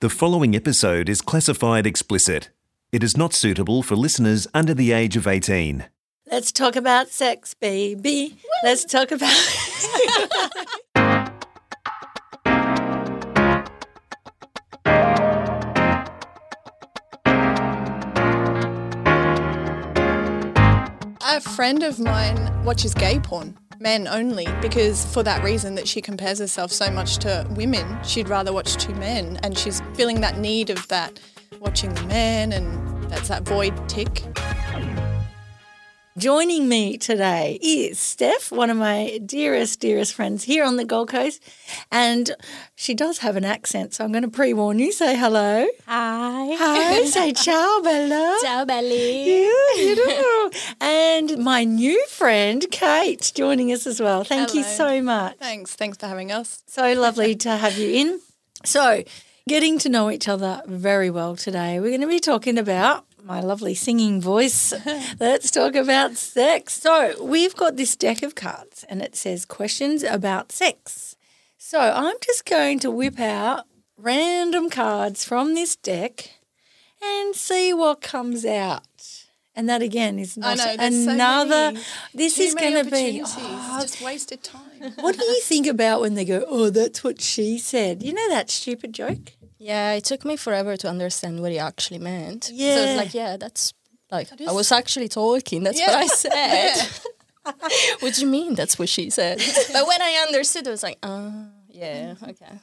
The following episode is classified explicit. It is not suitable for listeners under the age of 18. Let's talk about sex, baby. Let's talk about. A friend of mine watches gay porn, men only, because for that reason that she compares herself so much to women, she'd rather watch two men, and she's feeling that need of that watching the men, and that's that void tick. Joining me today is Steph, one of my dearest, dearest friends here on the Gold Coast. And she does have an accent, so I'm going to pre warn you say hello. Hi. Hi, say ciao, Bella. Ciao, Belly. Yeah, you know. and my new friend, Kate, joining us as well. Thank you Hello. so much. Thanks, thanks for having us. So lovely to have you in. So, getting to know each other very well today. We're going to be talking about my lovely singing voice. Let's talk about sex. So, we've got this deck of cards and it says questions about sex. So, I'm just going to whip out random cards from this deck and see what comes out. And that again is not I know, there's so another. many. this Too is many going to be opportunities, oh, just wasted time. what do you think about when they go, oh, that's what she said? You know that stupid joke? Yeah, it took me forever to understand what he actually meant. So Yeah. it's like, yeah, that's like I was actually talking. That's what I said. what do you mean? That's what she said. but when I understood, I was like, oh, yeah, okay.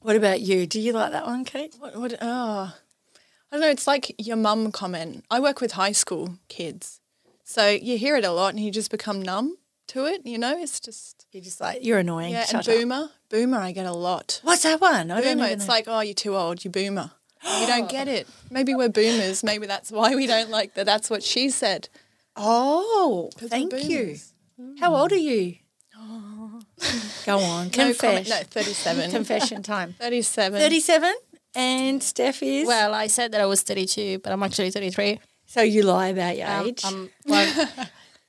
What about you? Do you like that one, Kate? What, what, oh. ah. I don't know, it's like your mum comment. I work with high school kids, so you hear it a lot, and you just become numb to it, you know? It's just. You're just like, you're annoying. Yeah, Shut and up. boomer, boomer, I get a lot. What's that one? I don't Boomer, even it's know. like, oh, you're too old, you boomer. You don't get it. Maybe we're boomers. Maybe that's why we don't like that. That's what she said. oh, 'Cause we're thank you. boomers. How old are you? go on, No comment. confess. No, 37. Confession time. 37. 37 and Steph is? Well, I said that I was 32, but I'm actually 33. so you lie about your Um, age um, well,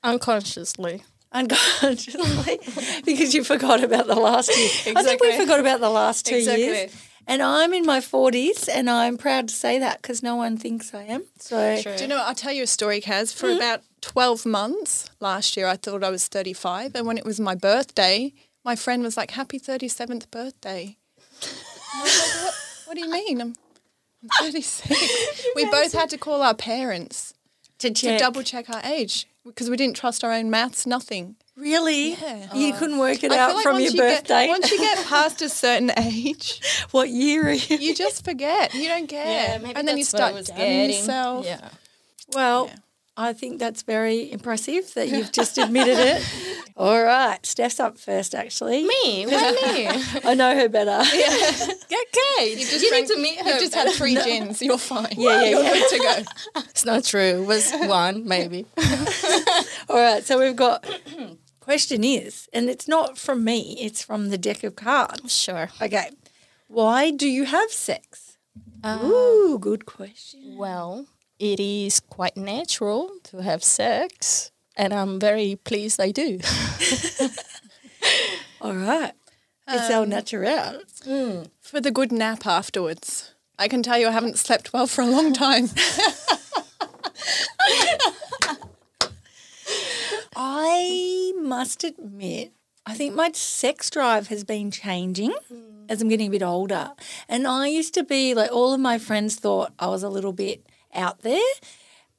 unconsciously. unconsciously because you forgot about the last year. I think we Exactly. forgot about the last two Exactly. years. And I'm in my 40s, and I'm proud to say that because no one thinks I am. So, Do you know, what? I'll tell you a story, Kaz. For about 12 months last year, I thought I was 35. And when it was my birthday, my friend was like, happy 37th birthday. And I was like, what, what do you mean? I'm, I'm 36. we both had to call our parents. to to check, double check our age because we didn't trust our own maths, nothing. really, Yeah. Oh. you couldn't work it out from your once you birthday. Get, once you get past a certain age, what year are you? you just forget. You don't care. and then you that's what I start was doubting getting. yourself. Yeah. Well, Yeah. I think that's very impressive that you've just admitted it. All right, Steph's up first, actually. Me? Why me? I know her better. okay. You, just drank- need to meet her. You've just had three gins. You're fine. Yeah, yeah, You're yeah. good to go. It's not true. It was one, maybe. All right, so we've got question is, and it's not from me, it's from the deck of cards. sure. Okay. Why do you have sex? Um, Ooh, good question. Well, it is quite natural to have sex, and I'm very pleased I do. All right. It's our natural. For the good nap afterwards. I can tell you I haven't slept well for a long time. I must admit, I think my sex drive has been changing as I'm getting a bit older. And I used to be like, all of my friends thought I was a little bit out there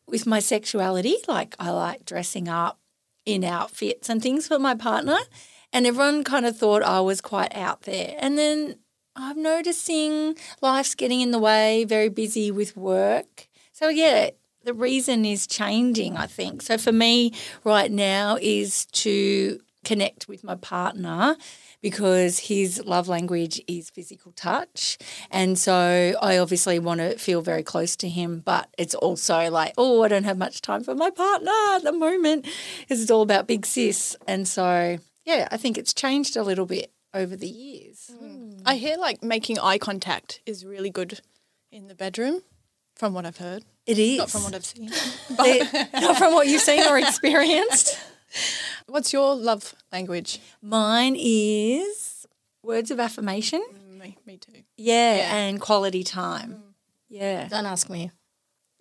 with my sexuality. Like, I like dressing up in outfits and things for my partner. And everyone kind of thought I was quite out there. And then I'm noticing life's getting in the way, very busy with work. So, yeah, the reason is changing, I think. So, for me right now is to connect with my partner because his love language is physical touch. And so I obviously want to feel very close to him, but it's also like, oh, I don't have much time for my partner at the moment because it's all about big sis. And so, yeah, I think it's changed a little bit over the years. I hear like making eye contact is really good in the bedroom, from what I've heard, It is. not from what I've seen. They- not from what you've seen or experienced. What's your love language? Mine is words of affirmation. me, me too. Yeah, and quality Mm. time. Yeah. Don't ask me.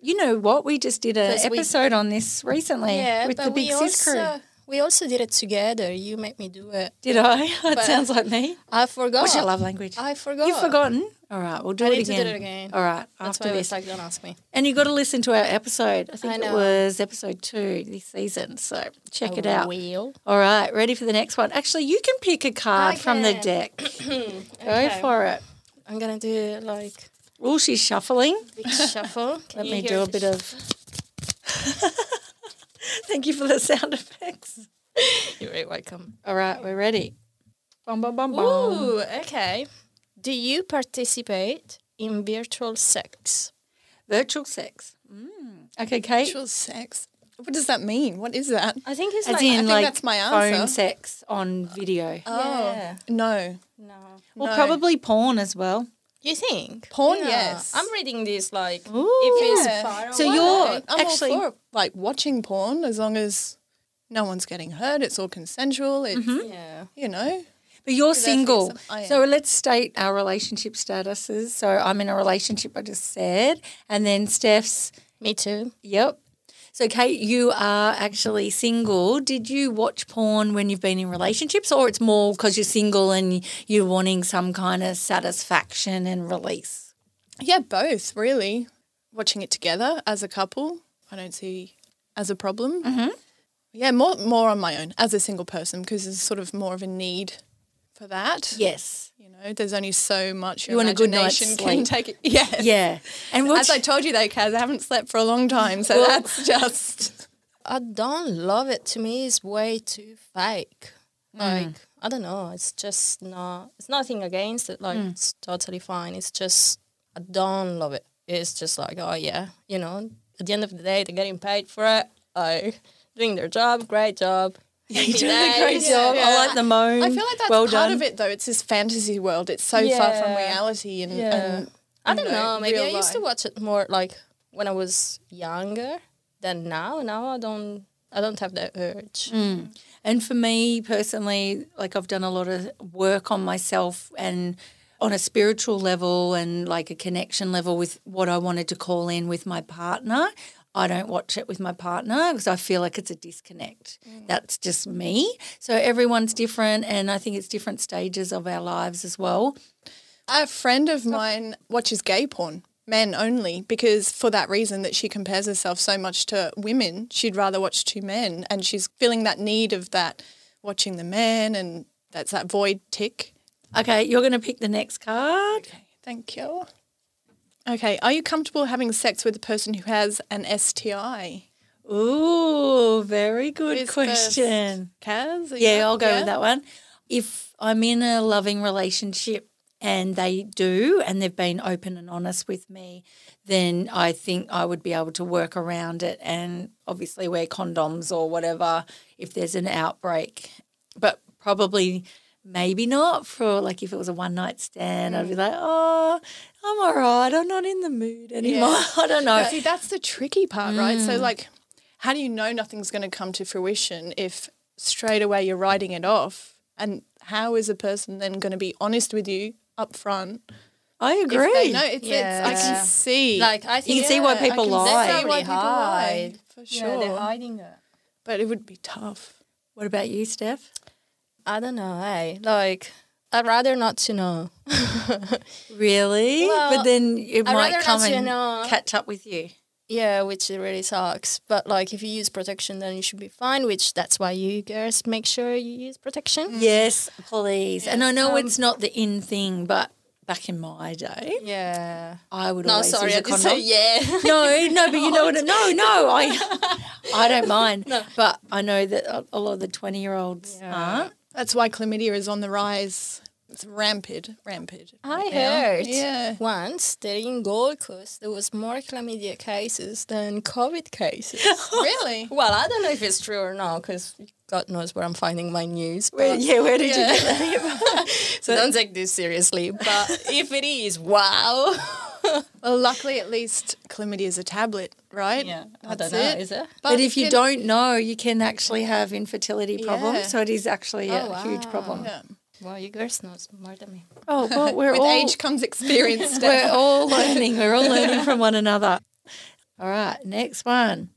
You know what? We just did an 'Cause we- episode on this recently Yeah, with but the Big we Sis also crew. we also did it together. You made me do it. Did I? That But- sounds like me. I forgot. What's your love language? I forgot. You've forgotten? All right, we'll do I it need to do again. it again. All right, That's after why I this. was like, don't ask me. and you've got to listen to our episode. I think I it know. Oh, was episode two this season. So check it out. Will. All right, ready for the next one. Actually, you can pick a card from the deck. Go Okay. for it. I'm gonna do like Oh, she's shuffling. big shuffle. Can Let you me hear do a the bit sh- of. Thank you for the sound effects. You're very welcome. All right, we're ready. Bum, bum, bum, bum. Ooh, okay. Do you participate in virtual sex? Virtual sex. Mm. Okay, Kate. Actual sex. What does that mean? What is that? I think it's As like in, think like that's my phone answer. sex on video. Yeah. Oh, No. Oh. no. well, no. probably porn as well. You think Porn, yes. I'm reading this like Ooh. if it's Yeah. far So away. you're- Like, I'm actually- all for like watching porn as long as no one's getting hurt. It's all consensual. It's yeah. you know. But you're for single. some- I So let's state our relationship statuses. So I'm in a relationship, I just said. And then Steph's, Me too. yep. So, Kate, you are actually single. Did you watch porn when you've been in relationships, or it's more because you're single and you're wanting some kind of satisfaction and release? Yeah, both really. Watching it together as a couple, I don't see as a problem. Mm-hmm. Yeah, more more on my own as a single person because there's sort of more of a need for that. Yes. You know, there's only so much your You want a good night's imagination sleep. can take. It. Yes. Yeah. And what's, As I told you, though, Kaz, I haven't slept for a long time, so that's just. I don't love it. To me, it's way too fake. Like I don't know. It's just not. It's nothing against it. Like it's totally fine. It's just I don't love it. It's just like oh yeah, you know. At the end of the day, they're getting paid for it. Like doing their job, great job. Happy days. I like the moan. I feel like that's well part done. of it, though. It's this fantasy world. It's so far from Yeah. reality, and, Yeah. and I don't you know, know. Maybe real I used to watch it more like when I was younger than now. Now I don't. I don't have that urge. And for me personally, like I've done a lot of work on myself and on a spiritual level and like a connection level with what I wanted to call in with my partner. I don't watch it with my partner because I feel like it's a disconnect. That's just me. So everyone's different. And I think it's different stages of our lives as well. A friend of mine watches gay porn, men only, because for that reason that she compares herself so much to women, she'd rather watch two men, and she's feeling that need of that watching the men, and that's that void tick. Okay, you're going to pick the next card. Thank you. Okay, are you comfortable having sex with a person who has an STI? Ooh, very good Who's question. Kaz? Yeah, I'll go Yeah? with that one. If I'm in a loving relationship and they do, and they've been open and honest with me, then I think I would be able to work around it and obviously wear condoms or whatever if there's an outbreak. But probably, maybe not for like if it was a one night stand, Mm. I'd be like, oh, I'm all right. I'm not in the mood anymore. I don't know. See, that's the tricky part, right? So, Mm. like, how do you know nothing's going to come to fruition if straight away you're writing it off? And how is a person then going to be honest with you up front? I If agree. they know it's, it's I Yeah. can see. Like I think can see why I people can lie. see That's That's how why we people hide. hide, for Yeah, sure. they're hiding it. but it would be tough. what about you, Steph? I don't know. eh? like I'd rather not to know. Really? but Well, then it I'd might rather come not, you and know. catch up with you. Yeah, which it really sucks. But like, if you use protection, then you should be fine. Which that's why you girls make sure you use protection. Yes, please. And I know um, it's not the in thing, but back in my day, Yeah. I would No, always sorry, use I a didn't condom. say yeah. No, no, but you know what? I- No, no, I, I don't mind. But I know that a- a lot of the twenty-year-olds aren't. That's why chlamydia is on the rise. It's rampant, rampant. I right now. heard Yeah. once that in Gold Coast there was more chlamydia cases than COVID cases. really? well, I don't know if it's true or not because God knows where I'm finding my news. Where, but- yeah, where did you get that? so don't take this seriously. But if it is, wow. Well, luckily, at least chlamydia is a tablet, right? I That's don't know. it. Is it? But, if you it- don't know, you can actually have infertility problems. Yeah. So it is actually a Oh, huge problem. Yeah. Well, you girls knows more than me. Oh, well, we're With all age comes experience. we're Steph. all learning. We're all learning from one another. All right, next one.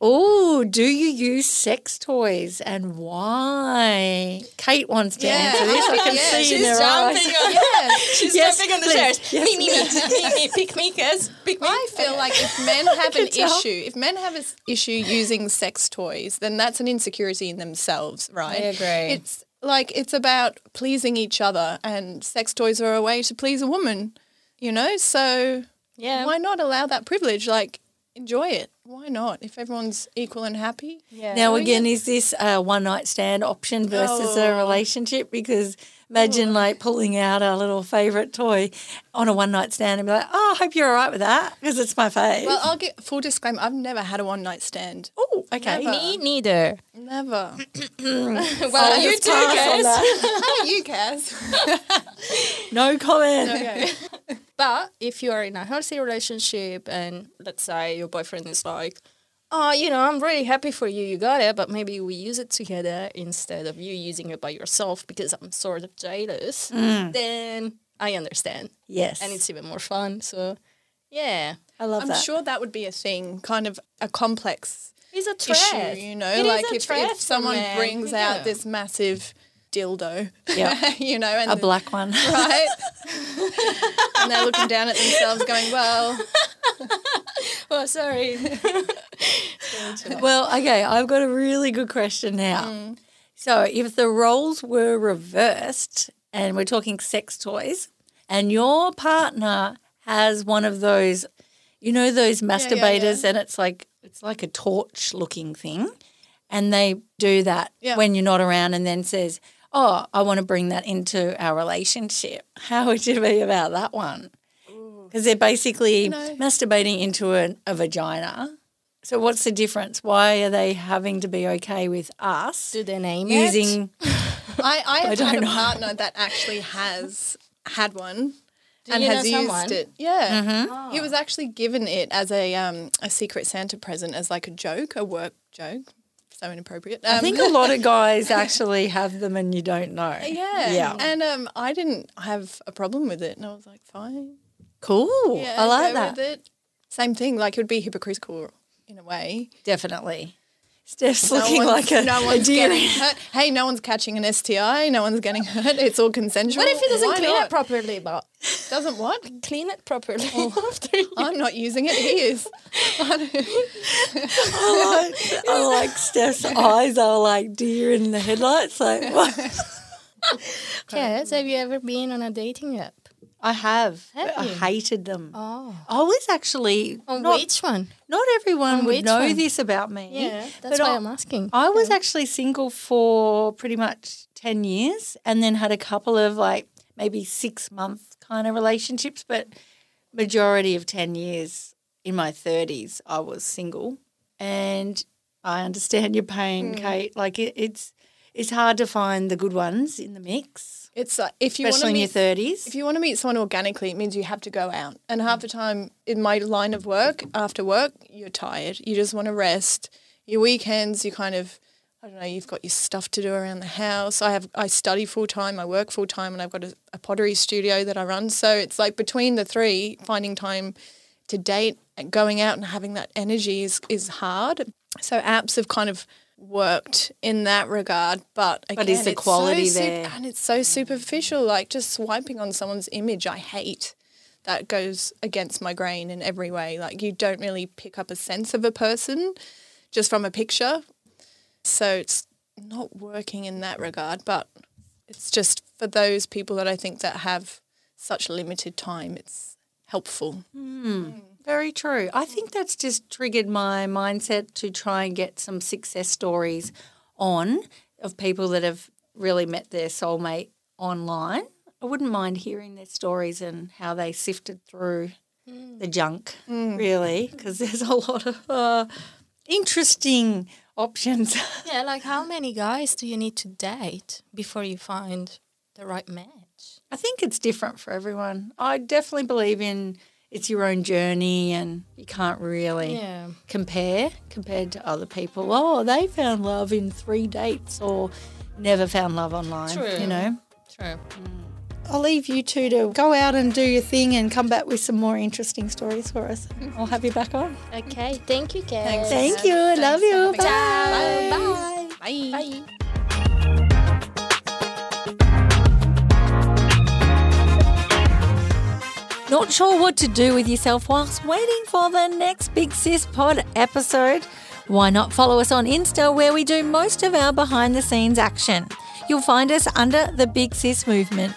Oh, do you use sex toys and why? Kate wants to answer this. I can Yeah, see in She's her eyes. jumping on, yeah, she's Yes, jumping on the please. chairs. Me, me, me, me, me, pick me, guys, pick me. I feel like if men have an tell. issue, if men have an issue using sex toys, then that's an insecurity in themselves, right? I agree. It's like it's about pleasing each other, and sex toys are a way to please a woman, you know. So Yeah. why not allow that privilege? Like enjoy it. Why not? If everyone's equal and happy, Yeah. Now, again, is this a one night stand option versus a relationship? Because imagine like pulling out a little favourite toy on a one night stand and be like, oh, I hope you're all right with that because it's my fave. Well, I'll get full disclaimer. I've never had a one night stand. oh, okay. me neither. Never. Well, you too, guys. Not you, Kaz. No comment. But if you are in a healthy relationship and let's say your boyfriend is like, oh, you know, I'm really happy for you, you got it, but maybe we use it together instead of you using it by yourself because I'm sort of jealous, then I understand. Yes. And it's even more fun. So, yeah. I love I'm that. sure that would be a thing, kind of a complex It's a issue, you know, like if, if someone brings out this massive dildo, Yeah. you know, and a the- black one. right, and they're looking down at themselves, going, "Well, Oh, sorry. well, okay, I've got a really good question now. So, if the roles were reversed and we're talking sex toys, and your partner has one of those, you know, those masturbators, and it's like it's like a torch looking thing, and they do that Yeah. when you're not around, and then says, "Oh, I want to bring that into our relationship." How would you be about that one? Because they're basically masturbating into an, a vagina. So what's the difference? Why are they having to be okay with us Do they name it? using? I, I have don't had a know. partner that actually has had one." Do and you know has used someone? it. Yeah, Mm-hmm. he was actually given it as a um, a secret Santa present, as like a joke, a work joke. So inappropriate. Um, I think a lot of guys actually have them and you don't know. yeah, Yeah. And um, I didn't have a problem with it, and I was like, fine. Cool. Yeah, I like go that. with it. Same thing. Like it would be hypocritical in a way. Definitely. Steph's No looking one's- like a, no a one's deer. getting hurt. Hey, no one's catching an STI. No one's getting hurt. It's all consensual. What if he doesn't Why clean not? it properly, but Doesn't what? clean it properly after you? I'm not using it. He is. I like, I like Steph's eyes are like deer in the headlights. Like what? Yes, have you ever been on a dating app? I have. Have but I you? hated them. Oh. I was actually On not, which one? not everyone on would which know one? this about me. but that's why I- I, am asking. I was actually single for pretty much 10 years and then had a couple of like maybe six month kind of relationships, but majority of 10 years in my 30s, I was single. And I understand your pain, Kate. Like it, it's, it's hard to find the good ones in the mix, It's uh, if you want to especially in your meet 30s. if you want to meet someone organically, it means you have to go out. And half the time in my line of work, after work, you're tired. You just want to rest. Your weekends, you kind of, I don't know, you've got your stuff to do around the house. I have, I study full time, I work full time, and I've got a, a pottery studio that I run. So it's like between the three, finding time to date and going out and having that energy is, is hard. So apps have kind of worked in that regard, but again, is the it's so quality sup- there? and it's so superficial, like just swiping on someone's image. I hate that goes against my grain in every way. Like you don't really pick up a sense of a person just from a picture. So it's not working in that regard, but it's just for those people that I think that have such limited time, it's helpful. Very true. I think that's just triggered my mindset to try and get some success stories on of people that have really met their soulmate online. I wouldn't mind hearing their stories and how they sifted through the junk, really, because there's a lot of uh, interesting options. yeah, like how many guys do you need to date before you find the right match? I think it's different for everyone. I definitely believe in it's your own journey and you can't really. Yeah. compare compared to other people. Oh, they found love in three dates or never found love online. True. You know? True. I'll leave you two to go out and do your thing and come back with some more interesting stories for us. I'll have you back on. Okay. Thank you, guys. Thank you. I Love you. Ciao. Bye. Bye. Bye. Bye. Not sure what to do with yourself whilst waiting for the next Big Sis Pod episode? Why not follow us on Insta where we do most of our behind the scenes action? You'll find us under the Big Sis Movement.